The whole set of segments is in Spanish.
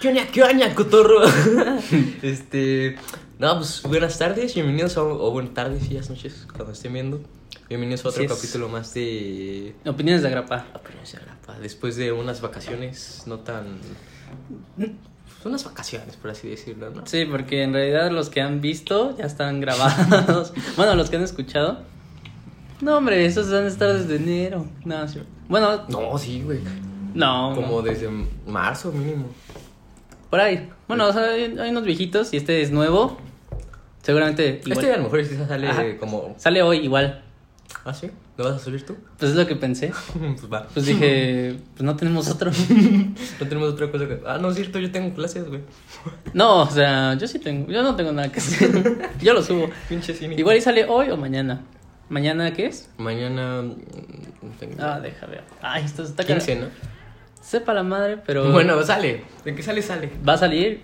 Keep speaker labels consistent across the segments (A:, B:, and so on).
A: ¿Qué onda, qué onda, cotorro? este. No, pues buenas tardes, bienvenidos a. un- O buenas tardes, días, noches, cuando estén viendo. Bienvenidos a otro
B: Así es.
A: capítulo más de.
B: Opiniones de agrapa.
A: Opiniones de Agrapa, Después de unas vacaciones no tan. Unas vacaciones, por así decirlo, ¿no?
B: Sí, porque en realidad los que han visto ya están grabados. bueno, los que han escuchado. No, hombre, esos van a estar desde enero. No, sí. Bueno,
A: No, sí, güey.
B: no.
A: Como
B: no.
A: desde marzo mínimo.
B: Por ahí. Bueno, o sea, hay, hay unos viejitos y este es nuevo. Seguramente igual.
A: Este a lo mejor quizás sale
B: Ajá.
A: como.
B: sale hoy igual.
A: ¿Ah, sí? ¿Lo vas a subir tú?
B: Pues es lo que pensé.
A: pues va.
B: Pues dije, pues no tenemos otro.
A: No tenemos otra cosa que. Ah, no es cierto, yo tengo clases, güey.
B: No, o sea, yo sí tengo, yo no tengo nada que hacer. Yo lo subo.
A: Pinche cine.
B: Igual y sale hoy o mañana. ¿Mañana qué es?
A: Mañana. mm, no tengo-
B: Ah, deja ver. Ay, esto está caro.
A: 15, ¿no?
B: Sepa la madre, pero.
A: Bueno, sale. ¿De qué sale? Sale.
B: Va a salir.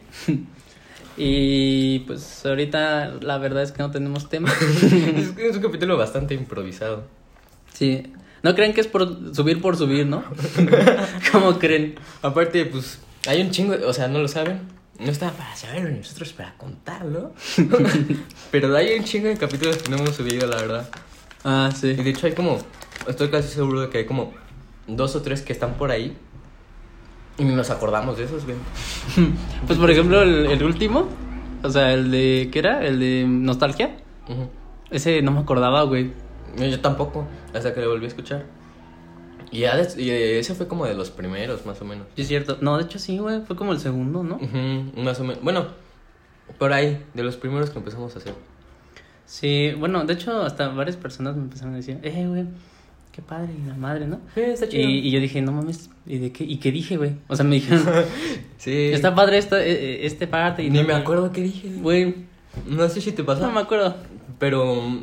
B: y pues ahorita la verdad es que no tenemos tema.
A: es, que es un capítulo bastante improvisado.
B: sí. No crean que es por subir por subir, ¿no? ¿Cómo creen?
A: Aparte, pues, hay un chingo, de- o sea, no lo saben. No estaba para saberlo, nosotros para contarlo. Pero hay un chingo de capítulos que no hemos subido, la verdad.
B: Ah,
A: Y
B: sí.
A: de hecho hay como, estoy casi seguro de que hay como dos o tres que están por ahí. Y ni nos acordamos de esos, güey.
B: Pues por ejemplo, el, el último. O sea, el de. ¿Qué era? El de Nostalgia.
A: Ujú.
B: Ese no me acordaba, güey.
A: No, Yo tampoco, hasta que lo volví a escuchar. Y, ya des- y ese fue como de los primeros, más o menos.
B: Sí, es cierto. No, de hecho sí, güey. Fue como el segundo, ¿no?
A: Ujú, más o menos. Bueno, por ahí, de los primeros que empezamos a hacer.
B: Sí, bueno, de hecho, hasta varias personas me empezaron a decir, eh, güey, qué padre, y la madre, ¿no?
A: está
B: Y, y yo dije, no mames, ¿y de qué? ¿Y qué dije, güey? O sea, me dijeron,
A: sí.
B: está padre esta, eh, eh, este parte. Y
A: Ni
B: no-
A: me acuerdo qué dije.
B: Güey,
A: No sé si te pasa.
B: no me acuerdo.
A: Pero. mm,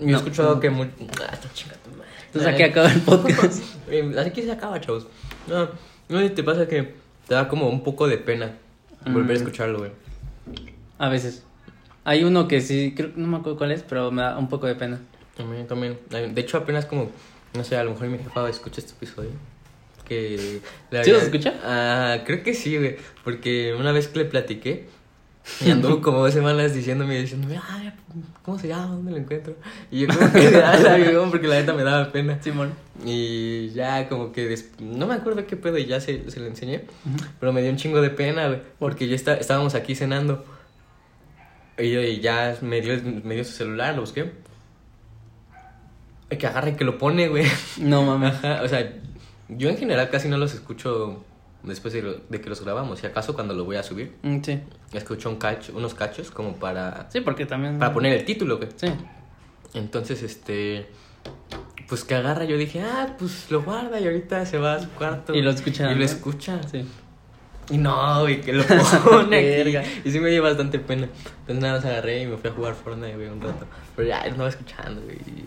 A: Yo he
B: No.
A: escuchado que. mu- Ah, está chinga tu madre.
B: Entonces aquí acaba el podcast.
A: Eh, Aquí se acaba, chavos. No, no sé si te pasa que te da como un poco de pena volver a escucharlo, güey.
B: A veces. Hay uno que sí, creo no me acuerdo cuál es, pero me da un poco de pena.
A: También, también. Ay, De hecho, apenas como. No sé, a lo mejor mi jefa escucha este episodio. Que. le
B: ¿Sí lo
A: había-
B: escucha?
A: Ah, creo que sí, güey. Porque una vez que le platiqué. Y anduvo como dos semanas diciéndome, diciéndome, ah, ¿cómo se llama? ¿Dónde lo encuentro? Y yo como que ya la veo porque la neta me daba pena.
B: Simón.
A: Y ya como que des- no me acuerdo qué pedo y ya se, se lo enseñé, pero me dio un chingo de pena, güey, porque ya está- estábamos aquí cenando. Y, yo- y ya me dio, me dio su celular, lo busqué. Y Que agarra y que lo pone, güey.
B: No mames.
A: Ajá, o sea, yo en general casi no los escucho después de, lo- de que los grabamos. Si acaso cuando lo voy a subir,
B: Mm, Sí.
A: escucho un cacho, unos cachos como para,
B: Sí, porque también.
A: para poner el título, güey.
B: Sí.
A: Entonces, este. Pues que agarra, yo dije, ah, pues lo guarda y ahorita se va a su cuarto.
B: Y lo escucha,
A: Y lo
B: ¿no?
A: escucha.
B: Sí.
A: Y no, güey, que lo pone.
B: Verga.
A: aquí. y sí me dio bastante pena. Entonces nada más agarré y me fui a jugar Fortnite, güey, un rato. Pero ya él estaba escuchando, güey. y-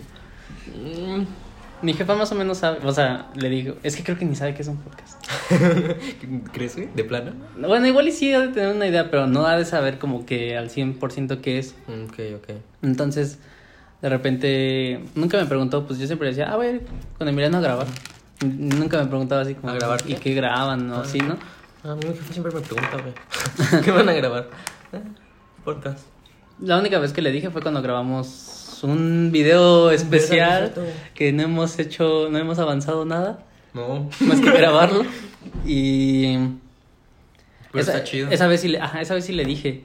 A: Mm.
B: Mi jefa más o menos sabe, o sea, le digo, es que creo que ni sabe qué es un podcast.
A: ¿Crees, güey? ¿De plano?
B: Bueno, igual y sí ha de tener una idea, pero no ha de saber como que al 100% qué es.
A: Mm, Ok, ok.
B: Entonces, de repente, nunca me preguntó, pues yo siempre decía, a ver, con Emiliano a grabar. N- Nunca me preguntaba así como,
A: ¿A grabar
B: ¿y
A: qué?
B: qué graban? ¿no?
A: Ah.
B: Así, ¿no?
A: A mí mi jefe siempre me pregunta, güey, ¿qué van a grabar? Eh, Podcast.
B: La única vez que le dije fue cuando grabamos un video especial
A: cierto.
B: que no hemos hecho, no hemos avanzado nada,
A: No.
B: más que grabarlo. Y
A: Pero
B: esa,
A: está chido.
B: Esa vez, sí le, ajá, esa vez sí le dije,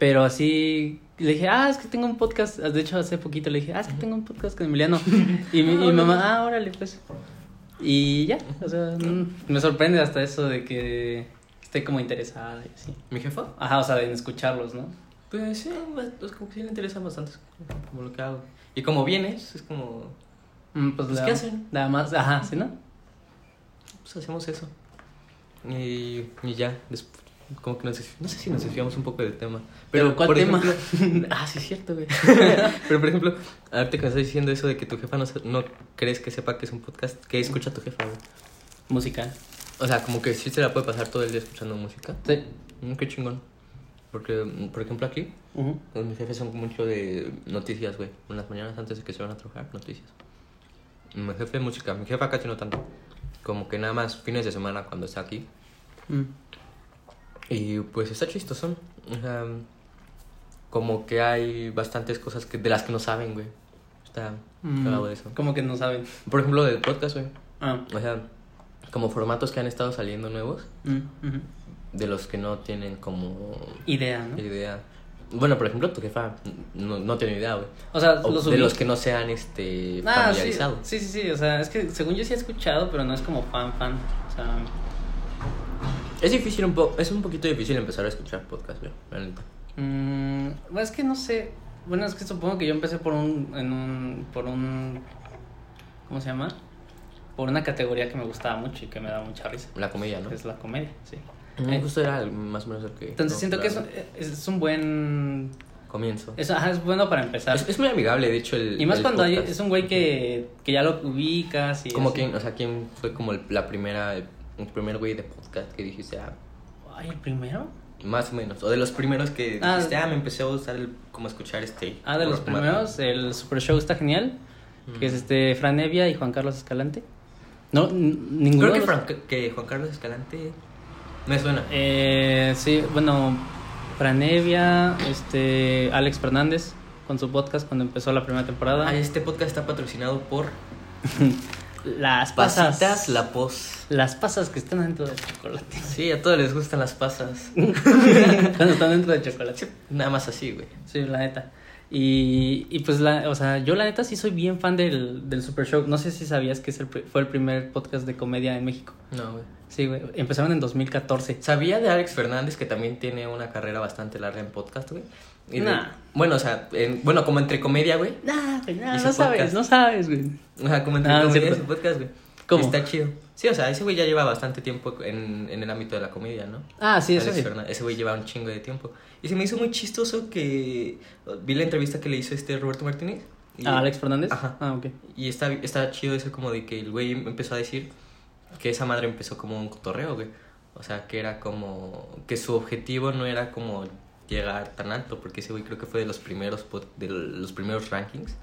B: pero así le dije, ah, es que tengo un podcast. De hecho, hace poquito le dije, ah, es que tengo un podcast con Emiliano. Y mi, y mi mamá, ah, órale, pues. Y ya, o sea, mm, me sorprende hasta eso de que esté como interesada y así.
A: ¿Mi jefa?
B: Ajá, o sea, en escucharlos, ¿no?
A: Pues sí, pues, como que sí le interesa bastante como lo que hago. Y como vienes, es como,
B: Mm, Pues,
A: Pues,
B: la-
A: ¿qué hacen?
B: Nada más, ajá, ¿sí, no?
A: pues hacemos eso. Y, y ya, desp- como que nos, desf- no sé si nos desviamos un poco del tema. Pero,
B: ¿Pero cuál
A: por
B: tema?
A: ejemplo- ah, sí, es cierto, güey. pero por ejemplo, ahorita que me estás diciendo eso de que tu jefa no, sa- no crees que sepa que es un podcast, que escucha tu jefa, güey.
B: Musical.
A: O sea, como que sí se la puede pasar todo el día escuchando música.
B: Sí.
A: Mm, qué chingón. Porque, mm, por ejemplo, aquí,
B: Ujú.
A: pues, mis jefes son mucho de noticias, güey. En las mañanas antes de que se van a trabajar, noticias. Mi jefe música, mi jefa casi no tanto. Como que nada más fines de semana cuando está aquí.
B: Mm.
A: Y pues está chistoso. O sea, como que hay bastantes cosas que, de las que no saben, güey. Está cagado de eso.
B: Mm, Como que no saben.
A: Por ejemplo, del podcast, güey.
B: Ah.
A: O sea, como formatos que han estado saliendo nuevos,
B: mm, ujú.
A: de los que no tienen como
B: Idea, ¿no?
A: idea. Bueno, por ejemplo, tu jefa no, no tiene idea, güey.
B: O sea,
A: O
B: los
A: de
B: ubico.
A: los que no se han este,
B: Ah, sí,
A: familiarizado.
B: sí, sí, sí, o sea, es que según yo sí he escuchado, pero no es como fan, fan, o sea,
A: Es difícil un poco, es un poquito difícil empezar a escuchar podcast, güey. la neta.
B: mm, bueno, es que no sé, bueno, es que supongo que yo empecé por un, en un, por un, ¿cómo se llama? Por una categoría que me gustaba mucho y que me da mucha risa,
A: La comedia, ¿no?
B: que es la comedia, sí.
A: Me
B: Eh,
A: gusta era el- más o menos el que...
B: Entonces
A: no,
B: siento que es,
A: claro.
B: es, es un buen,
A: Comienzo.
B: es, ajá, es bueno para empezar.
A: Es, es muy amigable, de hecho, el
B: y más
A: el
B: cuando hay,
A: podcast.
B: es un güey que, que ya lo ubicas y...
A: Como
B: así.
A: quien, o sea, quién fue como el- la primera, el primer güey de podcast que dijiste, ah,
B: Ay, ¿el primero?
A: más o menos, o de los primeros que
B: Ah.
A: dijiste, ah, me empecé a gustar el, como escuchar este.
B: Ah, de los
A: formato".
B: primeros, el Super Show está genial, que es este Fran Evia y Juan Carlos Escalante. No, n-
A: Creo
B: ninguno de
A: que,
B: los-
A: Fran- que Juan Carlos Escalante me suena.
B: Eh, sí, bueno, Fran Evia, este, Alex Fernández con su podcast cuando empezó la primera temporada.
A: Ah, este podcast está patrocinado por
B: Las pasas.
A: Pasitas La Pos.
B: Las pasas que están dentro del chocolate.
A: Sí, a todos les gustan las pasas.
B: cuando están dentro del chocolate.
A: Nada más así, güey.
B: Sí, la neta. Y, y pues, la, o sea, yo la neta sí soy bien fan del, del Super Show. No sé si sabías que es el pri- fue el primer podcast de comedia en México.
A: No, güey.
B: Sí, güey. Empezaron en 2014.
A: Sabía de Alex Fernández que también tiene una carrera bastante larga en podcast, güey. Y de-
B: Nah.
A: Bueno, o sea, en- bueno, como entre comedia, güey.
B: Nah, güey, nah,
A: Ese
B: Ah, no sabes,
A: podcast.
B: no sabes, güey.
A: O sea, como entre
B: Ah, no es
A: comedia y
B: cierto.
A: su podcast, güey.
B: ¿Cómo?
A: Está chido. Sí, o sea, ese güey ya lleva bastante tiempo en, en el ámbito de la comedia, ¿no?
B: Ah, sí, eso
A: Alex
B: sí.
A: Fernández. Ese güey lleva un chingo de tiempo. Y se me hizo muy chistoso que vi la entrevista que le hizo este Roberto Martínez. Y,
B: Ah, Alex Fernández.
A: Ajá.
B: Ah, ok.
A: Y está, está chido eso como de que el güey empezó a decir que esa madre empezó como un cotorreo, güey. O sea, que era como... Que su objetivo no era como llegar tan alto, porque ese güey creo que fue de los primeros, pod- de los primeros rankings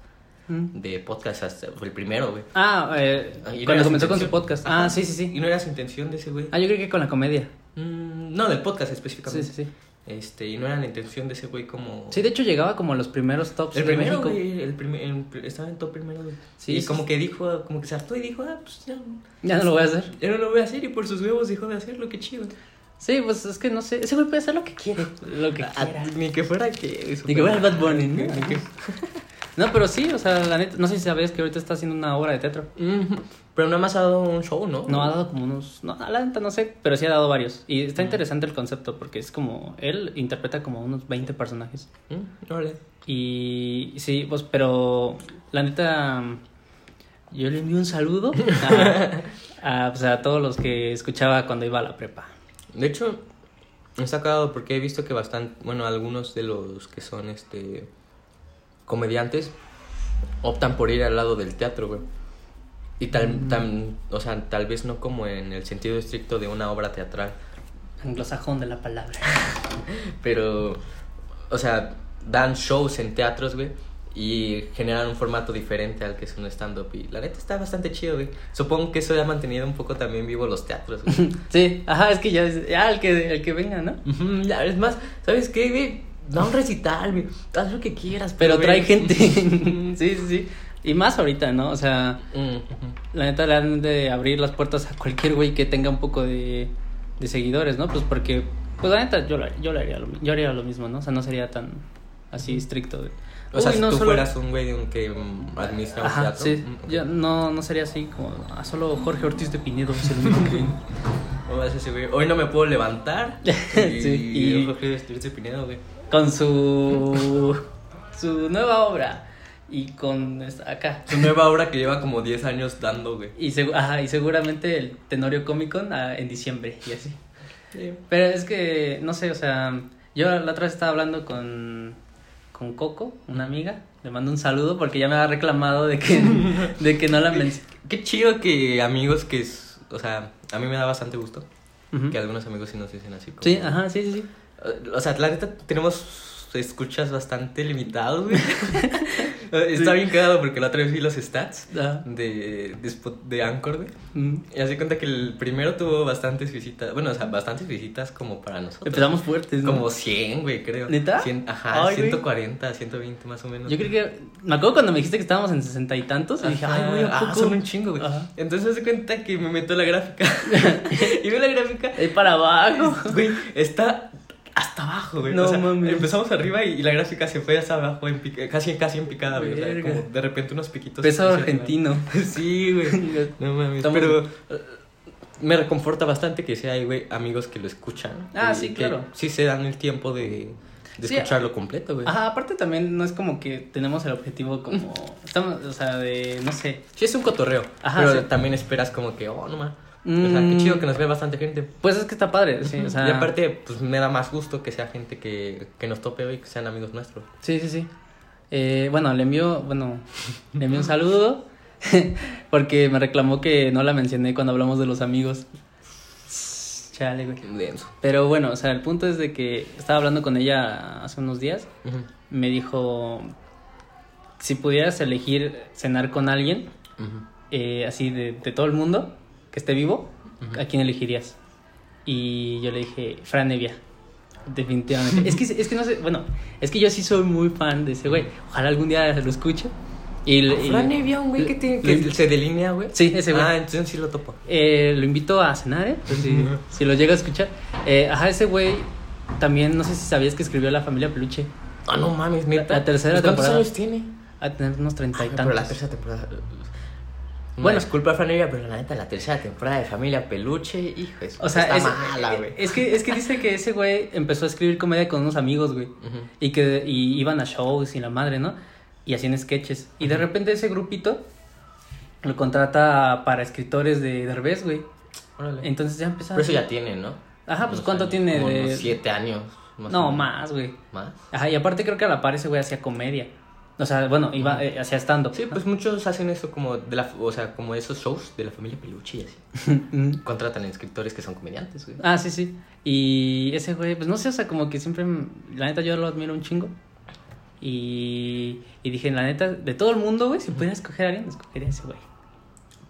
B: Mm.
A: de podcast. hasta- fue el primero, güey.
B: Ah, eh,
A: Ah, y no era su
B: cuando comenzó con su
A: intención.
B: podcast.
A: Ajá.
B: Ah, sí, sí,
A: Y
B: sí.
A: no era su intención de ese güey.
B: Ah, yo creo que con la comedia.
A: Mm, no, del podcast
B: Sí,
A: específicamente.
B: sí, sí.
A: Este, y no era la intención de ese güey como...
B: Sí, de hecho llegaba como a los primeros tops
A: el
B: de
A: primero,
B: México.
A: güey, el primer, el- estaba en top primero, güey.
B: Sí,
A: y
B: sí,
A: como
B: sí.
A: que dijo, como que se hartó y dijo, ah, pues ya,
B: Ya no lo voy a hacer.
A: ya no lo voy a hacer y por sus huevos dejó de hacerlo, qué chido.
B: Sí, pues es que no sé. Ese güey puede hacer lo que Ah, quiere. Lo que quiera.
A: Ah, Ni que fuera que...
B: Ni que fuera el Bad Bunny, ¿no?
A: Ni que-
B: No, pero sí, o sea, la neta. No sé si sabías que ahorita está haciendo una obra de teatro.
A: Ujú. Pero nada más ha dado un show, ¿no?
B: No ha dado como unos. No, a la neta no sé, pero sí ha dado varios. Y está interesante el concepto porque es como. Él interpreta como unos 20 personajes.
A: Mm, órale.
B: Y sí, pues, pero la neta. Yo le envío un saludo a, a, pues, a todos los que escuchaba cuando iba a la prepa.
A: De hecho, está cagado porque he visto que bastante, bueno, algunos de los que son este comediantes optan por ir al lado del teatro, güey. Y tal,
B: Mm.
A: tan- o sea, tal vez no como en el sentido estricto de una obra teatral,
B: Anglosajón de la palabra.
A: pero, o sea, dan shows en teatros, güey, y generan un formato diferente al que es un stand-up. Y la neta está bastante chido, güey. Supongo que eso ha mantenido un poco también vivo los teatros, güey.
B: Sí, ajá, es que ya es. Ya, el que, el que venga, ¿no?
A: Ujú, ya, es más, ¿sabes qué, güey? Da un recital, güey. Haz lo que quieras,
B: Pero trae
A: güey.
B: gente. sí, sí, sí. Y más ahorita, ¿no? O sea,
A: Mm, ujú.
B: La neta le han de abrir las puertas a cualquier güey que tenga un poco de, de seguidores, ¿no? Pues porque, pues la neta, yo, la- yo, le haría lo, mi- yo haría lo mismo, ¿no? O sea, no sería tan así estricto. De,
A: O sea,
B: "Uy,
A: si
B: no,
A: tú
B: solo-".
A: fueras un güey de un que mm, administra un
B: Ajá,
A: teatro.
B: sí.
A: mm, ok.
B: Yo no, no sería así como, "Ah, solo Jorge Ortiz de Pinedo es el único que...
A: O sea, ese güey, Hoy no me puedo levantar.
B: Sí,
A: Y,
B: y-
A: y... Jorge Estirce Pinedo, güey.
B: Con su... su nueva obra. Y con... esta- acá.
A: Su nueva obra que lleva como 10 años dando, güey.
B: Y, segu- ajá, y seguramente el Tenorio Comic Con ah, en diciembre y así.
A: Sí.
B: Pero es que, no sé, o sea, yo la otra vez estaba hablando con, con Coco, una amiga. Le mando un saludo porque ya me ha reclamado de que, de que no la mencioné.
A: Qué chido que amigos que es. O sea, a mí me da bastante gusto que algunos amigos sí nos dicen así. como-
B: Sí, ajá, sí, sí, sí.
A: O sea, la neta tenemos escuchas bastante limitados, güey. Eh, Está bien cagado porque la otra vez vi los stats
B: Ah.
A: de, de, Spot- de Anchor, güey.
B: Mm.
A: Y hace cuenta que el primero tuvo bastantes visitas. Bueno, o sea, bastantes visitas como para nosotros.
B: Empezamos fuertes, ¿no?
A: Como 100, güey, creo.
B: ¿Neta?
A: 100, ajá,
B: Ay, güey.
A: 140, 120 más o menos.
B: Yo creo que. Me acuerdo cuando me dijiste que estábamos en sesenta y tantos. Y dije, ay,
A: Ajá,
B: güey, ¿a
A: ah,
B: poco?
A: son un chingo, güey.
B: Ajá.
A: Entonces hace cuenta que me meto a la gráfica. y veo la gráfica.
B: Es para abajo.
A: Güey, está hasta abajo, güey.
B: No
A: o sea,
B: mames.
A: Empezamos arriba y, y la gráfica se fue hasta abajo, en pic- casi, casi en picada, güey. O sea,
B: Verga.
A: como de repente unos piquitos.
B: Peso
A: así,
B: argentino.
A: Sí, güey. No mames.
B: Estamos-
A: Pero eh, me reconforta bastante que sea, hay, güey, amigos que lo escuchan.
B: Ah,
A: y
B: sí,
A: que
B: claro.
A: Sí ah. se dan el tiempo de, de
B: Sí,
A: escucharlo completo, güey.
B: Ajá, aparte también no es como que tenemos el objetivo como. Estamos, o sea, de. No sé.
A: Sí, es un cotorreo.
B: Ajá,
A: pero
B: sí.
A: también esperas como que, oh, no mames. O sea, qué
B: Mm.
A: chido que nos ve bastante gente.
B: Pues es que está padre, sí, o sea.
A: Y aparte, pues me da más gusto que sea gente que, que nos tope hoy, que sean amigos nuestros.
B: Sí, sí, sí. Eh, bueno, le envío, bueno, le envío un saludo porque me reclamó que no la mencioné cuando hablamos de los amigos. Chale, güey.
A: Denso.
B: Pero bueno, o sea, el punto es de que estaba hablando con ella hace unos días.
A: Ujú.
B: Me dijo, si pudieras elegir cenar con alguien,
A: Ujú.
B: eh, así de, de todo el mundo, que esté vivo,
A: Ujú.
B: ¿a quién elegirías? Y yo le dije, Fran Evia. Definitivamente. es, que, es que no sé, bueno, es que yo sí soy muy fan de ese güey. Ojalá algún día lo escuche. Y, le- y-
A: Fran Evia, un güey que, tiene, que
B: Lo-
A: se delinea, güey.
B: Sí, ese güey.
A: Ah, entonces sí lo topo.
B: Eh, lo invito a cenar, ¿eh? Por si, si lo llega a escuchar. Eh, ajá, ese güey también, no sé si sabías que escribió La Familia Peluche.
A: Ah, no mames, neta.
B: La- la tercera
A: ¿Cuántos
B: temporada.
A: años tiene?
B: A tener unos treinta y
A: Ay, Ah, pero la
B: tantos.
A: tercera temporada. uh,
B: Bueno.
A: Bueno, disculpa, Fran Evia, pero la neta, la tercera temporada de Familia Peluche, hijo, es, eh,
B: O sea,
A: está
B: es,
A: mala, güey.
B: es que, es que dice que ese güey empezó a escribir comedia con unos amigos, güey.
A: Ujú.
B: Y que y iban a shows y la madre, ¿no? Y hacían sketches. Y de repente ese grupito lo contrata para escritores de Derbez, güey.
A: Órale.
B: Entonces ya empezaron.
A: Pero eso ya tiene, ¿no?
B: Ajá, pues,
A: Unos
B: ¿cuánto
A: años,
B: tiene
A: Como
B: de-
A: unos siete años. o
B: No,
A: menos.
B: más, güey.
A: ¿Más?
B: Ajá, y aparte creo que a la par ese güey hacía comedia. O sea, bueno, iba, eh, hacía stand-up.
A: Sí, pues muchos hacen eso como de la, o sea, como esos shows de la familia Peluche y así. Contratan escritores que son comediantes, güey.
B: ah, sí, sí. Y ese güey, pues no sé, o sea, como que siempre. m- La neta, yo lo admiro un chingo. Y, y dije, la neta, de todo el mundo, güey, si pudiera escoger a alguien, escogería a ese güey.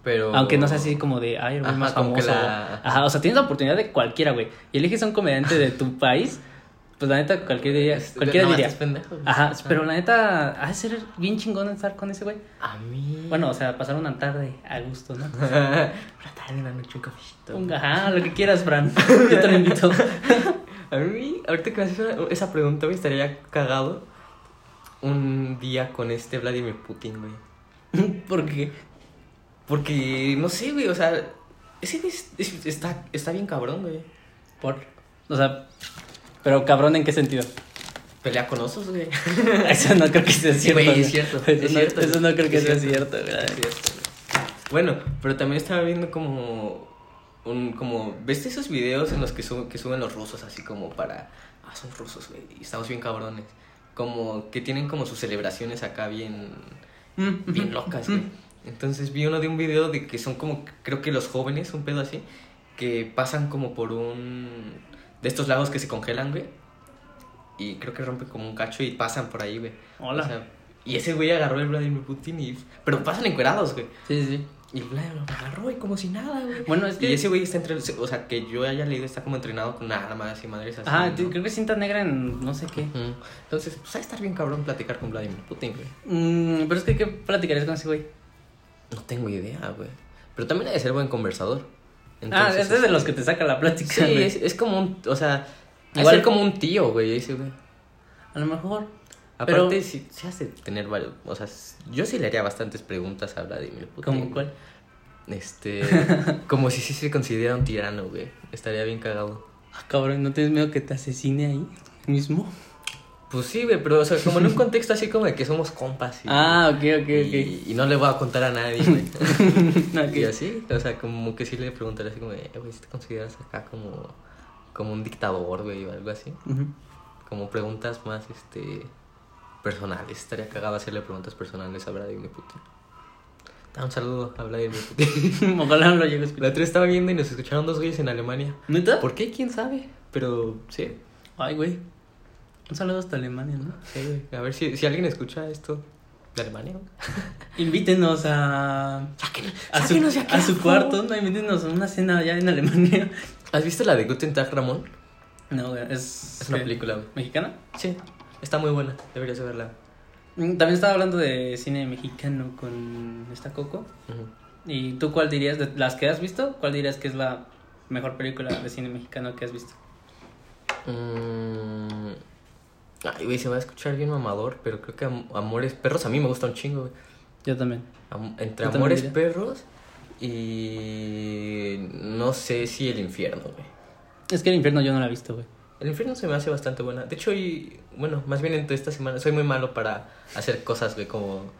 A: Pero
B: Aunque no sea así como de, ay, el güey
A: Ajá,
B: más
A: como que
B: famoso.
A: la-
B: Ajá, o sea, tienes la oportunidad de cualquiera, güey. Y eliges a un comediante de tu país, pues la neta, cualquiera diría.
A: Este,
B: Cualquiera
A: no,
B: diría.
A: estás pendejo, güey.
B: Ajá, pero la neta, ha de ser bien chingón estar con ese güey.
A: A mí.
B: Bueno, o sea, pasar una tarde a gusto, ¿no?
A: Una tarde, una noche, un cafecito.
B: Un- Ajá, lo que quieras, Fran. Yo te lo invito.
A: A mí, ahorita que me haces esa- esa pregunta, me estaría cagado un día con este Vladimir Putin, güey.
B: Porque.
A: Porque, no sé, güey, o sea, ese güey es- es- está, está bien cabrón, güey.
B: Por. O sea. Pero cabrón, ¿en qué sentido?
A: Pelea con osos, güey.
B: Eso no creo que sea
A: Sí,
B: cierto.
A: güey, es
B: güey.
A: cierto.
B: Eso,
A: es
B: no,
A: cierto,
B: eso no creo que
A: es
B: sea cierto, güey.
A: es cierto, este, güey. Bueno, pero también estaba viendo como un como ¿ves esos videos en los que, sub- que suben los rusos así como para ah son rusos, güey, y estamos bien cabrones. Como que tienen como sus celebraciones acá bien
B: Mm,
A: bien
B: ujú,
A: locas,
B: ujú.
A: güey. Entonces vi uno de un video de que son como creo que los jóvenes, un pedo así, que pasan como por un de estos lagos que se congelan, güey. Y creo que rompen como un cacho y pasan por ahí, güey.
B: Hola.
A: O sea, y ese güey agarró el Vladimir Putin y... Pero pasan encuerados, güey.
B: Sí, sí.
A: Y el Vladimir lo agarró y como si nada, güey.
B: Bueno, es que.
A: Y ese güey está entre... O sea, que yo haya leído está como entrenado con armas y madres así.
B: Ajá,
A: ¿no?
B: Ah, creo que cinta negra en no sé qué.
A: Ujú. Entonces, pues ha de estar bien cabrón platicar con Vladimir Putin, güey.
B: Mm, pero es que, ¿qué platicarías con ese güey?
A: No tengo idea, güey. Pero también ha de ser buen conversador.
B: ah, este es de los que te saca la plática.
A: Sí,
B: güey.
A: es, es como un... O sea, ha de
B: Igual-
A: ser como un tío, güey, ese güey.
B: A lo mejor.
A: Aparte,
B: Pero-
A: sí, sí has de tener varios... O sea, yo sí le haría bastantes preguntas a Vladimir Putin.
B: ¿Cómo
A: güey.
B: cuál?
A: Este... como si sí se considera un tirano, güey. Estaría bien cagado.
B: Ah, cabrón, ¿no tienes miedo que te asesine ahí mismo?
A: Pues sí, güey, pero o sea, como en un contexto así como de que somos compas. y-
B: Ah, ok, ok, ok.
A: y, y no le voy a contar a nadie, güey.
B: Ok.
A: Y así, o sea, como que sí le preguntaría así como, de, eh, güey, si te consideras acá como, como un dictador, güey, o algo así?
B: Ujú.
A: Como preguntas más, este, personales. Estaría cagado hacerle preguntas personales a Vladimir Putin. Ah, un saludo a Vladimir Putin.
B: Ojalá no lo llegue a escuchar.
A: La otra estaba viendo y nos escucharon dos güeyes en Alemania.
B: ¿Neta?
A: ¿Por qué? ¿Quién sabe? Pero sí,
B: Ay, güey. Un saludo hasta Alemania, ¿no?
A: sí, güey. A ver si, si alguien escucha esto. de Alemania.
B: Invítenos a,
A: Saquen-
B: a, su,
A: sáquenos de aquí,
B: a su
A: por favor.
B: cuarto, no, invítenos a una cena allá en Alemania.
A: ¿Has visto la de Guten Tag Ramón?
B: No, güey, es...
A: Es una
B: ¿qué?
A: película. güey.
B: ¿Mexicana?
A: Sí, está muy buena. Deberías verla.
B: Mm, También estaba hablando de cine mexicano con esta Coco.
A: Ujú.
B: ¿Y tú cuál dirías, de las que has visto, cuál dirías que es la mejor película de cine mexicano que has visto?
A: Mm. Ay, güey, se va a escuchar bien mamador, pero creo que am- Amores Perros a mí me gusta un chingo, güey.
B: Yo también.
A: Am- entre
B: Yo también
A: Amores
B: diría.
A: Perros y. No sé si El Infierno, güey.
B: Es que El Infierno yo no la he visto, güey.
A: El infierno se me hace bastante buena. De hecho, hoy, bueno, más bien entre esta semana, soy muy malo para hacer cosas, güey, como...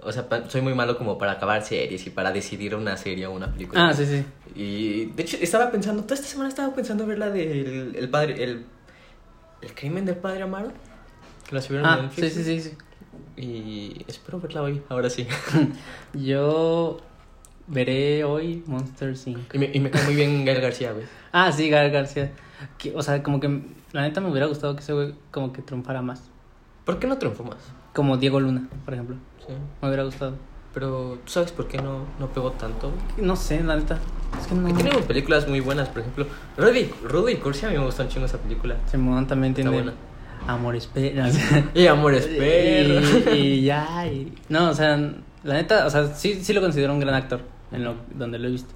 A: O sea, pa- soy muy malo como para acabar series y para decidir una serie o una película.
B: Ah, sí, sí.
A: Y, de hecho, estaba pensando, toda esta semana estaba pensando ver la del el padre, el... El crimen del padre Amaro. Que la subieron en
B: Ah, sí,
A: Netflix.
B: sí, sí, sí.
A: Y espero verla hoy, ahora sí.
B: Yo veré hoy Monster Inc.
A: y, me, y me cae muy bien Gael García, güey.
B: Ah, sí, Gael García. Que- o sea, como que la neta me hubiera gustado que ese güey como que triunfara más.
A: ¿Por qué no triunfó más?
B: Como Diego Luna, por ejemplo.
A: Sí.
B: Me hubiera gustado.
A: Pero, ¿tú sabes por qué no, no pegó tanto, güey?
B: No sé, la neta. Es que no.
A: Que tiene películas muy buenas, por ejemplo, Rudy, Rudy y Cursi a mí me gustó un chingo esa película.
B: Simón también
A: Está
B: tiene
A: buena.
B: amor espera.
A: Y Amores Perros.
B: Y, y ya. y- No, o sea, la neta, o sea, sí, sí lo considero un gran actor en lo, donde lo he visto.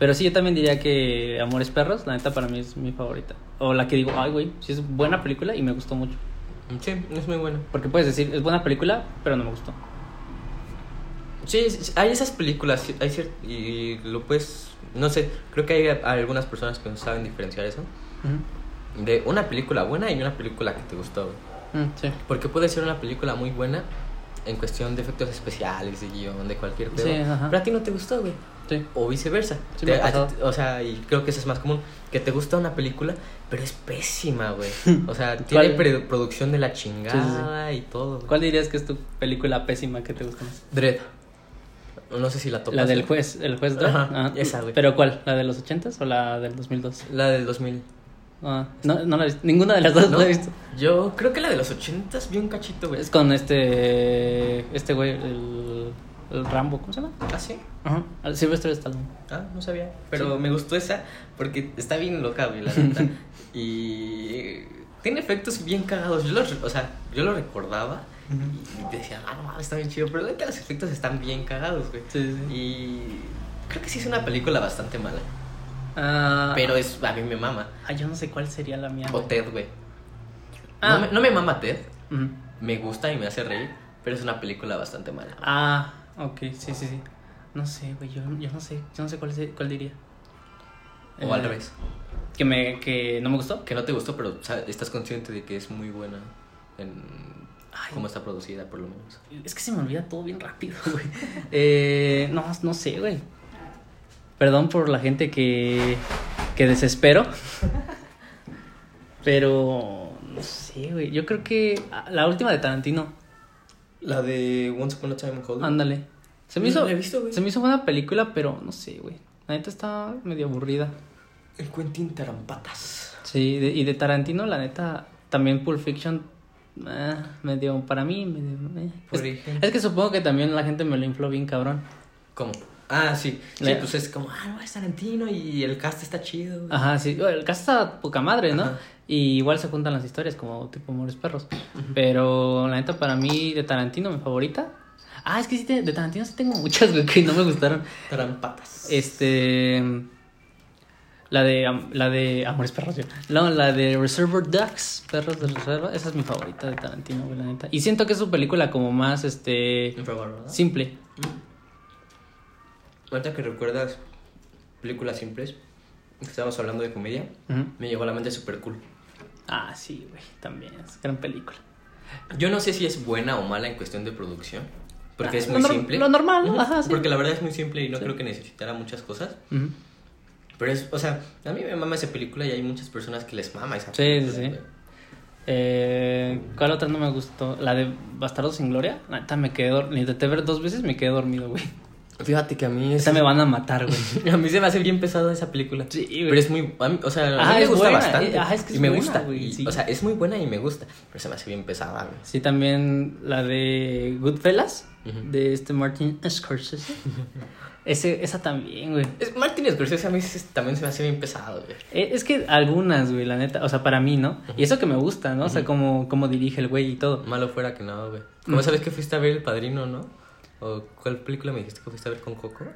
B: Pero sí, yo también diría que Amores Perros, la neta, para mí es mi favorita. O la que digo, ay, güey, sí es buena película y me gustó mucho.
A: Sí, es muy buena.
B: Porque puedes decir, es buena película, pero no me gustó.
A: Sí, sí, sí, hay esas películas, sí, hay cier- y lo puedes, no sé, creo que hay a- algunas personas que no saben diferenciar eso de una película buena y una película que te gustó. güey.
B: Mm, sí.
A: Porque puede ser una película muy buena en cuestión de efectos especiales, de guión, de cualquier pedo,
B: Sí, ajá.
A: pero a ti no te gustó, güey.
B: Sí.
A: O viceversa.
B: Sí,
A: Te-
B: me ha
A: a ti-
B: pasado.
A: o sea, y creo que eso es más común. Que te gusta una película, pero es pésima, güey. O sea, tiene pre- producción de la chingada y todo. güey.
B: ¿Cuál dirías que es tu película pésima que te gusta más?
A: Dread. No sé si la topas.
B: La del juez, el juez Dredd.
A: Ajá, esa, güey.
B: ¿Pero cuál? ¿La de los ochentas o la del 2002?
A: La del 2000.
B: Ah, no, no la he visto. Ninguna de las dos
A: ¿No?
B: la he visto.
A: Yo creo que la de los 80 vi un cachito, güey.
B: Es con este. Este güey, el, el Rambo, ¿cómo se llama?
A: ¿Ah, sí?
B: Ajá. el Sylvester Stallone.
A: Ah, no sabía. Pero me gustó esa porque está bien loca, güey, la neta. y tiene efectos bien cagados. Yo lo, re- o sea, yo lo recordaba y decía, ah, no mames, está bien chido. Pero la neta, los efectos están bien cagados, güey.
B: Sí, sí.
A: Y creo que sí es una película bastante mala.
B: Ah,
A: Pero es, a mí me mama.
B: ah, yo no sé cuál sería la mía.
A: O
B: güey.
A: Ted, güey.
B: Ah.
A: No, me, no me mama Ted.
B: Ujú.
A: Me gusta y me hace reír. Pero es una película bastante mala.
B: Ah, ok, sí, sí, sí. No sé, güey, yo, yo no sé. Yo no sé cuál, se- cuál diría.
A: O al
B: Eh,
A: revés.
B: Que, me, que no me gustó.
A: Que no te gustó, pero o sea, estás consciente de que es muy buena en
B: Ay.
A: cómo está producida, por lo menos.
B: Es que se me olvida todo bien rápido, güey. Eh, no, no sé, güey. Perdón por la gente que, que desespero. Pero, no sé, güey. Yo creo que ah, la última de Tarantino,
A: La de Once Upon a Time in Hollywood.
B: ándale. Se me,
A: No
B: hizo,
A: la he visto, güey.
B: se me hizo buena película, pero no sé, güey. La neta está medio aburrida.
A: El Quentin Tarampatas.
B: Sí, de- y de Tarantino, la neta, también Pulp Fiction, eh, medio, para mí, medio, eh.
A: Por
B: es,
A: ejemplo.
B: es que supongo que también la gente me lo infló bien cabrón.
A: ¿Cómo? Ah, sí. Sí,
B: La-
A: pues es como, ah, no, es Tarantino y el cast está chido.
B: Ajá, sí. Bueno, El caso está poca madre, ¿no?
A: Ajá.
B: Y igual se juntan las historias como tipo Amores Perros. Pero la neta, para mí, de Tarantino, mi favorita. Ah, es que sí, te- de Tarantino sí tengo muchas, güey, que no me gustaron.
A: Tarampatas.
B: Este. La de, am- la de Amores Perros, yo. No, la de Reservoir Dogs, Perros de Reserva. Esa es mi favorita de Tarantino, güey, la neta. Y siento que es su película como más, este.
A: Infravalorada.
B: simple.
A: Ahorita que recuerdas películas simples, que estábamos hablando de comedia,
B: Ujú.
A: me llegó a la mente super cool.
B: Ah, sí, güey, también. Es gran película.
A: Yo no sé si es buena o mala en cuestión de producción, porque
B: Ah,
A: es
B: lo
A: muy
B: nor-
A: simple.
B: lo normal, ¿no?
A: Ujú,
B: Ajá, sí.
A: Porque la verdad es muy simple y no creo que necesitara muchas cosas.
B: Ujú.
A: Pero es, o sea, a mí me mama esa película y hay muchas personas que les mama esa
B: Sí,
A: película.
B: sí, sí.
A: güey.
B: Eh, ¿Cuál otra no me gustó? La de Bastardo sin Gloria. La neta me quedé dormido. Intenté ver dos veces, me quedé dormido, güey.
A: Fíjate que a mí es...
B: Esa me van a matar, güey.
A: A mí se me hace bien pesada esa película.
B: Sí, güey.
A: Pero es muy. a mí- o sea, a
B: Ajá,
A: mí me
B: es
A: gusta
B: buena,
A: bastante.
B: eh, ajá, es que es
A: y me
B: buena,
A: gusta.
B: güey,
A: y-
B: sí.
A: O sea, es muy buena y me gusta. Pero se me hace bien pesada, güey.
B: Sí, también la de Goodfellas,
A: Ujú.
B: de este Martin Scorsese. Ese, esa también, güey.
A: Es, Martin Scorsese a mí se- también se me hace bien pesado, güey.
B: Eh, Es que algunas, güey, la neta. O sea, para mí, ¿no? Y eso que me gusta, ¿no? O sea, cómo, cómo dirige el güey y todo.
A: Malo fuera que no, güey.
B: Mm.
A: ¿Cómo sabes que fuiste a ver El Padrino, no? ¿O cuál película me dijiste que fuiste a ver con Coco?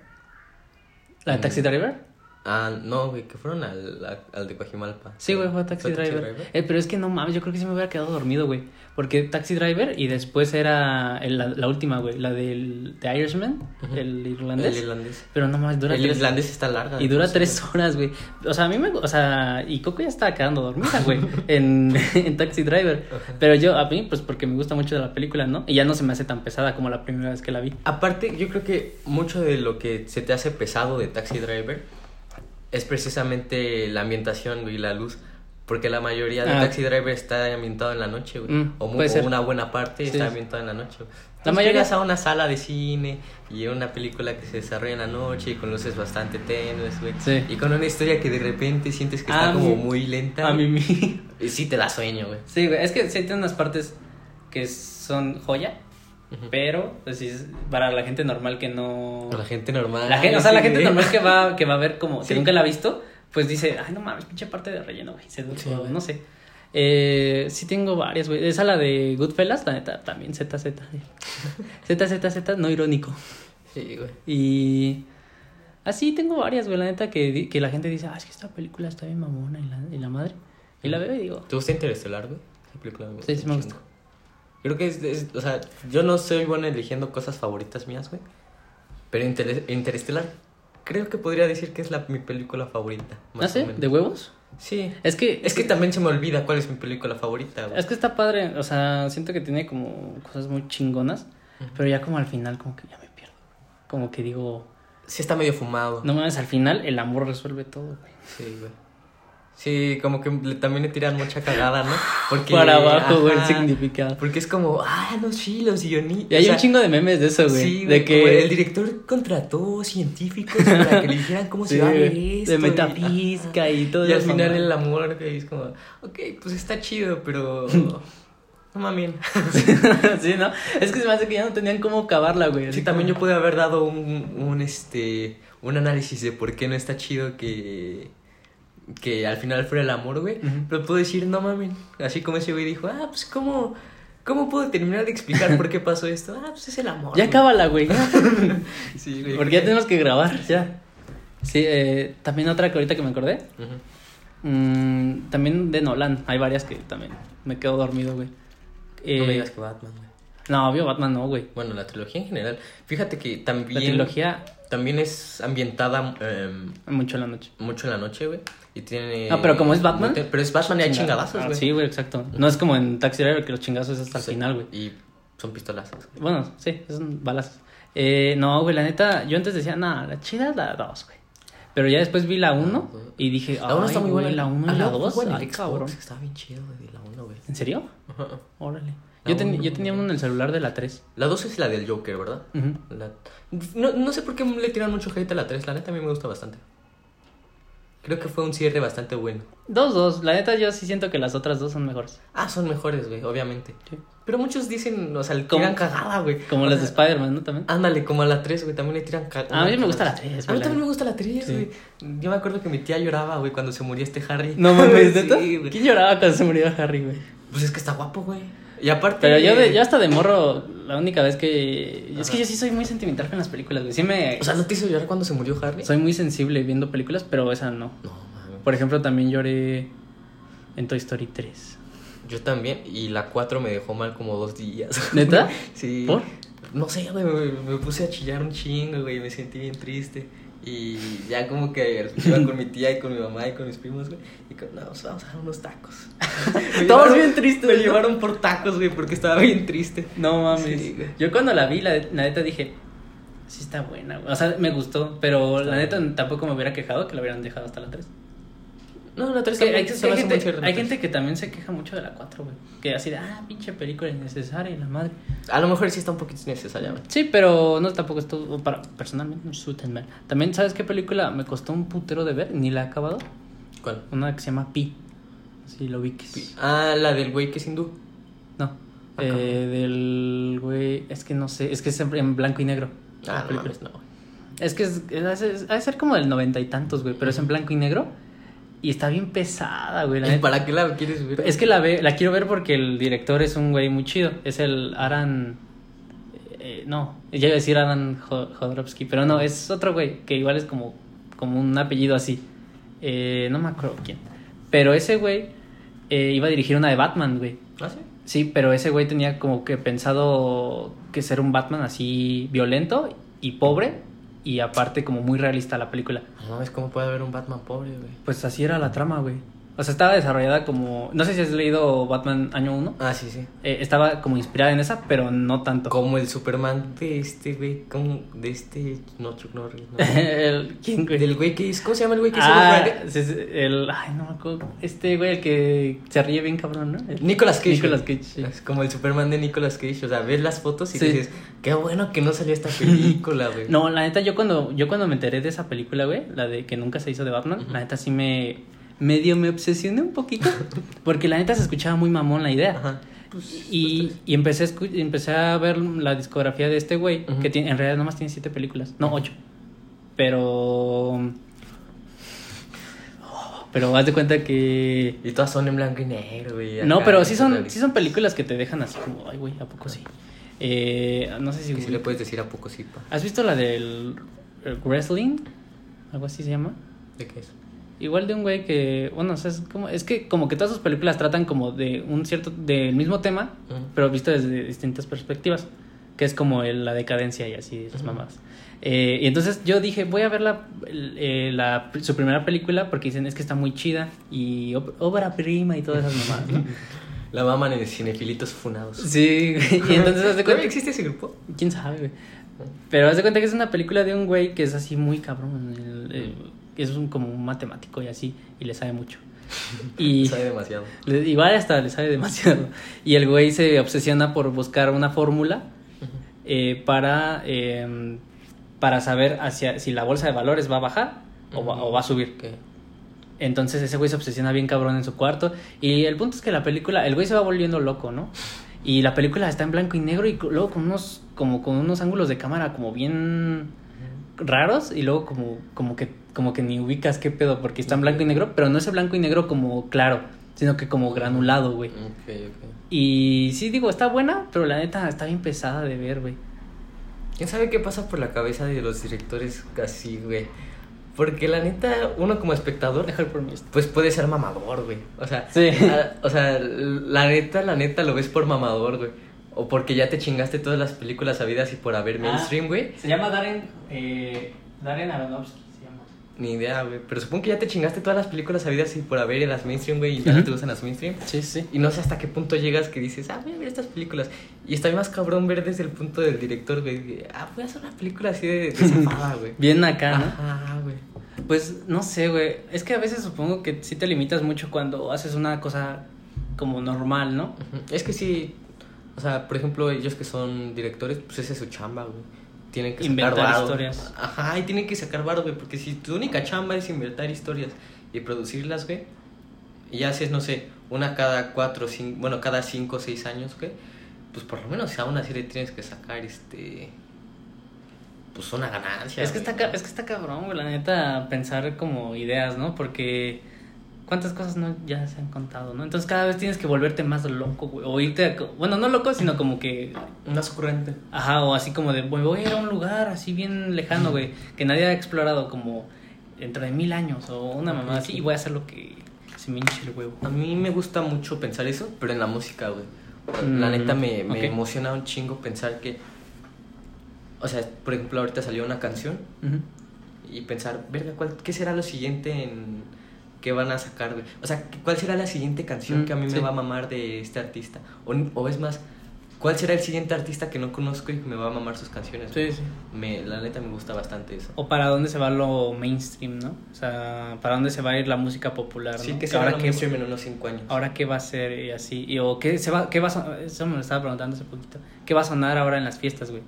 B: ¿La de Taxi Driver?
A: Ah, no, güey, que fueron al, a- al de Coajimalpa.
B: Sí, güey, fue Taxi Driver. Eh, pero es que no mames, yo creo que sí me hubiera quedado dormido, güey. Porque Taxi Driver y después era el- la, la última, güey, la del de Irishman, el irlandés.
A: El irlandés.
B: Pero no mames, dura
A: el
B: tres
A: irlandés está larga.
B: Y dura
A: entonces,
B: tres horas, güey. O sea, a mí me... O sea, y Coco ya estaba quedando dormida, güey, en, en Taxi Driver. Pero yo, a mí, pues porque me gusta mucho de la película, ¿no? Y ya no se me hace tan pesada como la primera vez que la vi.
A: Aparte, yo creo que mucho de lo que se te hace pesado de Taxi Driver es precisamente la ambientación, güey, y la luz. Porque la mayoría de
B: Ah.
A: Taxi Driver está ambientado en la noche, güey.
B: Mm,
A: o, mu-
B: puede
A: o
B: ser.
A: una buena parte
B: Sí,
A: está
B: sí.
A: ambientada en la noche. güey.
B: La
A: Entonces,
B: mayoría-
A: llegas a una sala de cine y una película que se desarrolla en la noche y con luces bastante tenues, güey.
B: Sí.
A: Y con una historia que de repente sientes que está
B: Ah,
A: como
B: mi-
A: muy lenta.
B: A mí,
A: güey.
B: mi...
A: Y sí te da sueño, güey.
B: Sí, güey, es que sí tiene unas partes que son joya, pero pues, sí es para la gente normal que no...
A: La gente normal.
B: La gente, o sea, la
A: sí,
B: gente
A: güey.
B: normal que va, que va a ver como,
A: Sí.
B: que nunca la ha visto, pues dice, ay, no mames, pinche parte de relleno, güey, se- o no sé. Eh, sí tengo varias, güey. Esa la de Goodfellas, la neta, también eh. ZZ. ZZZ, no irónico.
A: Sí, güey.
B: Y así tengo varias, güey, la neta, que, di- que la gente dice, ah, es que esta película está bien mamona y la, y la madre. Y la veo y digo,
A: ¿Te gusta Interestelar, güey? Esa película me gusta
B: Sí, sí
A: un
B: me gusta.
A: chingo. Creo que es, es- O sea, yo no soy bueno eligiendo cosas favoritas mías, güey. Pero Inter- Interestelar, creo que podría decir que es la, mi película favorita.
B: ¿no sé? ¿Ah, ¿De huevos?
A: Sí.
B: Es que,
A: Es que también se me olvida cuál es mi película favorita, güey.
B: Es que está padre, o sea, siento que tiene como cosas muy chingonas, pero ya como al final como que ya me pierdo. Como que digo,
A: Sí, está medio fumado.
B: no mames, al final el amor resuelve todo, güey.
A: Sí, güey. Sí, como que le- también le tiran mucha cagada, ¿no? Porque.
B: Para abajo, güey, el
A: ajá,
B: significado.
A: Porque es como, ah, no, sí, los guionistas.
B: Y hay un chingo de memes de eso, güey.
A: Sí,
B: de
A: como
B: que
A: el director contrató científicos para que le dijeran cómo
B: Sí,
A: se va a ver
B: güey,
A: "Ah, esto.
B: de
A: y-
B: metafísica y todo
A: Y al
B: eso,
A: final
B: mamá.
A: el amor, que es como, ok, pues está chido, pero no mames.
B: sí, ¿no? Es que se me hace que ya no tenían cómo acabarla, güey.
A: Sí, también yo pude haber dado un, un, este, un análisis de por qué no está chido que, que al final fuera el amor, güey. Pero puedo decir, no mames. Así como ese güey dijo, ah, pues cómo, cómo puedo terminar de explicar por qué pasó esto. Ah, pues es el amor.
B: Ya
A: güey.
B: cábala, güey. ya.
A: Sí, güey.
B: Porque ya tenemos que grabar, ya. Sí, eh, también otra que ahorita que me acordé.
A: Ujú.
B: mm, también de Nolan. Hay varias que también me quedo dormido, güey.
A: No me
B: Eh,
A: digas que Batman, güey.
B: No, obvio, Batman no, güey.
A: Bueno, la trilogía en general. Fíjate que
B: La
A: también.
B: trilogía,
A: También es ambientada em,
B: mucho en la noche.
A: mucho en la noche, güey. Y tiene.
B: Ah, pero como es Batman.
A: Pero es Batman y hay chingadazos,
B: Ah,
A: güey.
B: Sí, güey, exacto. No es como en Taxi Driver que los chingazos es hasta
A: Sí.
B: el final, güey.
A: Y son pistolazos.
B: Bueno, sí, son balazos. Eh, no, güey, la neta, yo antes decía, nada, la chida es la 2, güey. Pero ya después vi la 1 y dije,
A: Ah, La 1
B: ay,
A: está muy
B: güey,
A: buena.
B: La 1
A: Ah,
B: y la
A: fue
B: 2,
A: buena
B: ay,
A: en Xbox,
B: cabrón.
A: Estaba bien chido, güey, la 1, güey.
B: ¿En serio?
A: Ajá.
B: Órale.
A: La
B: Yo, ten-
A: uno,
B: yo tenía uno en el celular de la 3.
A: La 2 es la del Joker, ¿verdad? La- no, no sé por qué le tiran mucho hate a la 3. La neta a mí me gusta bastante. Creo que fue un cierre bastante bueno.
B: Dos, dos. La neta, yo sí siento que las otras dos son mejores.
A: Ah, son mejores, güey, obviamente.
B: Sí.
A: Pero muchos dicen, o sea, le
B: Como-
A: tiran cagada, güey.
B: Como
A: O
B: las de
A: sea,
B: Spider-Man, ¿no? También.
A: Ándale, como a la 3, güey, también le tiran cagada.
B: A mí me gusta la tres,
A: A
B: güey,
A: mí
B: la
A: también
B: neta.
A: me gusta la 3,
B: Sí.
A: güey. Yo me acuerdo que mi tía lloraba, güey, cuando se murió este Harry.
B: No mames,
A: Sí,
B: ¿neta?
A: güey.
B: ¿Quién lloraba cuando se murió Harry, güey?
A: Pues es que está guapo, güey. Y aparte.
B: Pero yo, de, yo hasta de morro, la única vez que... Es que yo sí soy muy sentimental con las películas, güey. Sí me...
A: O sea, ¿no te hizo llorar cuando se murió Harry?
B: soy muy sensible viendo películas, pero esa no.
A: No, mames.
B: Por ejemplo, también lloré en Toy Story 3.
A: Yo también. Y la 4 me dejó mal como dos días. güey.
B: ¿Neta?
A: Sí.
B: ¿Por?
A: No sé, güey. Me, me puse a chillar un chingo, güey. Me sentí bien triste. Y ya como que iba con mi tía y con mi mamá y con mis primos, güey. Y con, no, pues vamos a dar unos tacos. Me
B: Todos
A: llevaron-
B: bien tristes,
A: Me
B: ¿no?
A: llevaron por tacos, güey, porque estaba bien triste.
B: No mames.
A: Sí, güey.
B: yo cuando la vi, la, la neta dije, sí está buena, güey. O sea, me gustó, pero la neta tampoco me hubiera quejado que la hubieran dejado hasta la 3.
A: No, la 3
B: Que
A: también.
B: hay,
A: solo
B: hay
A: hace mucho
B: gente,
A: de la
B: hay
A: tres.
B: gente que también se queja mucho de la 4, güey. Que así de, ah, pinche película innecesaria y la madre.
A: A lo mejor sí está un poquito innecesaria, güey.
B: Sí, pero no tampoco es todo para personalmente no soy tan mal. También sabes qué película me costó un putero de ver, ni la he acabado.
A: ¿Cuál?
B: Una que se llama Pi. Si lo ubiques.
A: Ah, la del güey que es hindú.
B: No. Eh, del güey, es que no sé, es que es en, en blanco y negro. la
A: Ah, no
B: película.
A: mames, no, güey.
B: Es que es, es- ha de ser- ha de ser como del noventa y tantos, güey, pero es en blanco y negro y está bien pesada, güey. la
A: ¿Y
B: neta.
A: para qué la quieres ver?
B: Es que la ve, la quiero ver porque el director es un güey muy chido. Es el Aran. eh, no, ya iba a decir Aran Jo- Jodorowsky, pero no, es otro güey que igual es como, como un apellido así. Eh, no me acuerdo quién. Pero ese güey eh, iba a dirigir una de Batman, güey.
A: ¿Ah, sí?
B: Sí, pero ese güey tenía como que pensado que ser un Batman así violento y pobre y aparte como muy realista la película.
A: No mames, ¿cómo puede haber un Batman pobre, güey?
B: Pues así era la trama, güey. O sea, estaba desarrollada como... No sé si has leído Batman Año 1.
A: Ah, sí, sí.
B: Eh, estaba como inspirada en esa, pero no tanto.
A: Como el Superman de este, güey. Como de este. No, Chuck Norris. No.
B: el, ¿Quién, güey?
A: del güey que es. ¿Cómo se llama el güey que es
B: ah,
A: Superman?
B: sí, sí, el... Ay, no me acuerdo. Este güey, el que se ríe bien cabrón, ¿no? El-
A: Nicolas Cage.
B: Nicolas
A: güey.
B: Cage, sí.
A: Es como el Superman de Nicolas Cage. O sea, ves las fotos y
B: Sí.
A: dices, qué bueno que no salió esta película, güey.
B: No, la neta, yo cuando, yo cuando me enteré de esa película, güey, la de que nunca se hizo de Batman, la neta sí me... Medio me obsesioné un poquito, porque la neta se escuchaba muy mamón la idea.
A: Ajá.
B: Y, y empecé, a escu- empecé a ver la discografía de este güey,
A: Ujú.
B: que tiene, en realidad nomás tiene siete películas, no, ocho. Pero... Pero haz de cuenta que...
A: Y todas son en blanco y negro, güey.
B: No,
A: acá,
B: pero sí son,
A: realista.
B: sí son películas que te dejan así como, ay, güey, ¿a poco sí? Eh, no sé si...
A: Que sí le puedes decir a poco sí, pa.
B: ¿Has visto la del eh, wrestling? Algo así se llama.
A: ¿De qué es?
B: Igual de un güey que, bueno, o sea, es, como, es que como que todas sus películas tratan como de un cierto, del mismo tema,
A: Ujú.
B: pero visto desde distintas perspectivas, que es como el- la decadencia y así, esas mamadas. Eh, y entonces yo dije, voy a ver la, el- eh, la- su primera película porque dicen, es que está muy chida y ob- obra prima y todas esas mamadas, ¿no?
A: La maman en cinefilitos funados.
B: sí, güey, y entonces haz de
A: ¿Todavía
B: cuenta-
A: existe ese grupo?
B: ¿Quién sabe, güey? Pero haz de cuenta que es una película de un güey que es así muy cabrón. el- el- es un, como un matemático y así, y le sabe mucho. Y
A: Sabe demasiado.
B: le- igual hasta le sabe demasiado. Y el güey se obsesiona por buscar una fórmula eh, para, eh, para saber hacia, si la bolsa de valores va a bajar o va, o va a subir.
A: ¿Qué?
B: Entonces ese güey se obsesiona bien cabrón en su cuarto. Y el punto es que la película, el güey se va volviendo loco, ¿no? Y la película está en blanco y negro y co- luego con unos, como con unos ángulos de cámara como bien raros y luego como, como que, como que ni ubicas qué pedo, porque está en blanco y negro, pero no ese blanco y negro como claro, sino que como granulado, güey.
A: Ok, ok.
B: Y sí digo, está buena, pero la neta está bien pesada de ver, güey.
A: ¿Quién sabe qué pasa por la cabeza de los directores así, güey? Porque la neta, uno como espectador,
B: Dejar por mí esto.
A: pues puede ser mamador, güey. O sea,
B: Sí.
A: a- o sea, la neta, la neta lo ves por mamador, güey. O porque ya te chingaste todas las películas habidas y por haber mainstream, güey.
B: Se llama Darren, eh, Darren Aronofsky, se llama.
A: Ni idea, güey. Pero supongo que ya te chingaste todas las películas habidas y por haber y las mainstream, güey, y ya no te gustan las mainstream.
B: Sí, sí.
A: Y no sé hasta qué punto llegas que dices, ah, voy a ver estas películas. Y está más cabrón ver desde el punto del director, güey. de, Ah, voy a hacer una película así de, de zafada, güey.
B: Bien acá, ¿no?
A: Ajá, güey.
B: Pues no sé, güey. Es que a veces supongo que sí te limitas mucho cuando haces una cosa como normal, ¿no?
A: Ujú. Es que sí, o sea, por ejemplo, ellos que son directores, pues esa es su chamba, güey. Tienen que
B: Inventar
A: sacar varo.
B: historias.
A: Ajá, y tienen que sacar varo, güey, porque si tu única chamba es inventar historias y producirlas, güey, y haces, no sé, una cada cuatro, cinco, bueno, cada cinco o seis años, güey, pues por lo menos a una serie tienes que sacar, este, pues una ganancia.
B: es, que
A: güey,
B: está,
A: ¿no?
B: ca- es que está cabrón, güey, la neta, pensar como ideas, ¿no? Porque cuántas cosas no ya se han contado, ¿no? Entonces cada vez tienes que volverte más loco, güey. O irte a co- Bueno, no loco, sino como que...
A: Más corriente.
B: Ajá, o así como de, "Güey, voy a ir a un lugar así bien lejano, güey, que nadie ha explorado, como dentro de mil años o una mamá así, y voy a hacer lo que se me hinche el huevo.
A: A mí me gusta mucho pensar eso, pero en la música, güey.
B: Mm,
A: La neta me, me
B: ok.
A: emociona un chingo pensar que. O sea, por ejemplo, ahorita salió una canción
B: Ujú.
A: y pensar, verga, ¿cuál, ¿qué será lo siguiente en que van a sacar, güey? O sea, ¿cuál será la siguiente canción
B: Mm,
A: que a mí
B: sí.
A: me va a mamar de este artista? O, o es más, ¿Cuál será el siguiente artista que no conozco y que me va a mamar sus canciones?
B: Sí, sí.
A: Me, la neta me gusta bastante eso.
B: O para dónde se va lo mainstream, ¿no? O sea, para dónde se va a ir la música popular,
A: Sí,
B: ¿no?
A: que
B: Que
A: se
B: ahora
A: ahora
B: qué-
A: mainstream en unos 5 años.
B: ahora qué va a ser y así y, o qué se va qué va a son- eso me lo estaba preguntando hace poquito qué va a sonar ahora en las fiestas güey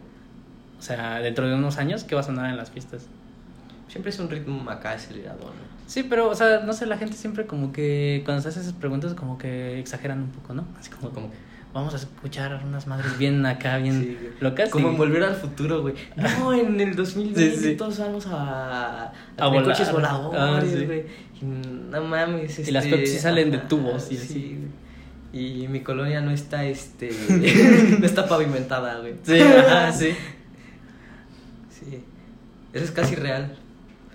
B: o sea dentro de unos años qué va a sonar en las fiestas
A: Siempre es un ritmo acá acelerado, ¿no?
B: sí pero o sea no sé la gente siempre como que cuando se hace esas preguntas como que exageran un poco no así como,
A: Como que-
B: vamos a escuchar unas madres bien acá bien
A: Sí, güey.
B: locas
A: Como
B: y-
A: en Volver al Futuro, güey. No, en el 2020
B: Sí, sí.
A: todos vamos a, a,
B: A
A: tener
B: volar.
A: coches
B: Ah, sí.
A: voladores, güey. Y No mames.
B: Y las
A: este,
B: Pepsi salen de
A: ajá,
B: tubos y así.
A: sí, güey. Y mi colonia no está, este... no está pavimentada, güey.
B: sí ajá, sí
A: Sí. Eso es casi real.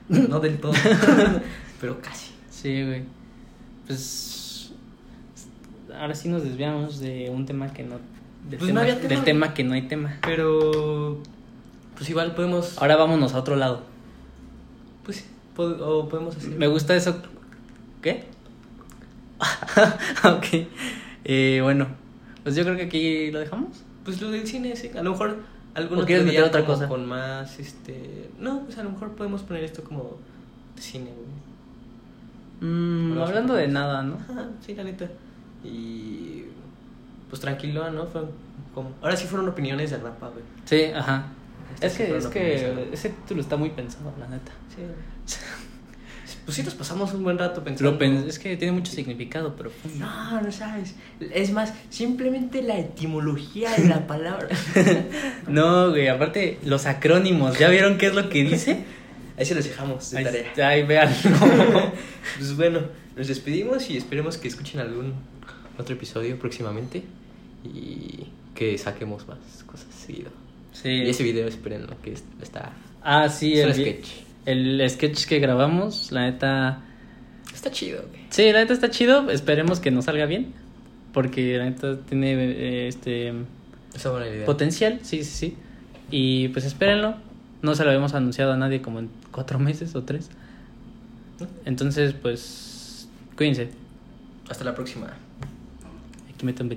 A: No del todo, pero casi.
B: sí güey pues ahora sí nos desviamos de un tema que no del,
A: Pues no
B: tema,
A: había
B: del
A: tema.
B: tema que no hay tema
A: Pero... Pues igual podemos...
B: ahora vámonos a otro lado
A: Pues sí, pod- o podemos hacer...
B: Me gusta eso. ¿Qué? ok. Eh, bueno, pues yo creo que aquí lo dejamos.
A: Pues lo del cine, sí. A lo mejor algún
B: ¿O quieres
A: otro día
B: meter otra
A: como
B: cosa?
A: con más, este... No, pues a lo mejor podemos poner esto como de cine, güey.
B: Mm,
A: Hola,
B: hablando de
A: Superman.
B: nada, ¿no?
A: Ajá, sí, la neta. Y... Pues tranquilo, ¿no? Fue como... Ahora sí fueron opiniones de rapa, güey.
B: Sí, ajá.
A: Este
B: Es que,
A: fueron
B: es
A: opiniones
B: que
A: de
B: ese título está muy pensado, la neta.
A: rapa. Sí. Pues sí nos pasamos un buen rato pensando.
B: Lo pen- es que tiene mucho significado profundo.
A: No, no sabes. Es más, simplemente la etimología de la palabra.
B: No, güey, aparte los acrónimos, ¿ya vieron qué es lo que dice?
A: Ahí se los dejamos de
B: Ahí,
A: tarea.
B: ahí vean.
A: Pues bueno, nos despedimos y esperemos que escuchen algún otro episodio próximamente y que saquemos más cosas seguido. Y ese
B: Sí.
A: video, espérenlo, que es- está.
B: Ah, sí,
A: es
B: el,
A: un
B: vi-
A: sketch.
B: el sketch que grabamos, la neta.
A: Está chido, güey.
B: Sí, la neta está chido. Esperemos que nos salga bien. Porque la neta tiene eh, este
A: Esa buena idea.
B: potencial. Sí, sí, sí. Y pues espérenlo. No se lo habíamos anunciado a nadie como en cuatro meses o tres. Entonces, pues cuídense.
A: Hasta la próxima.
B: Aquí me tomé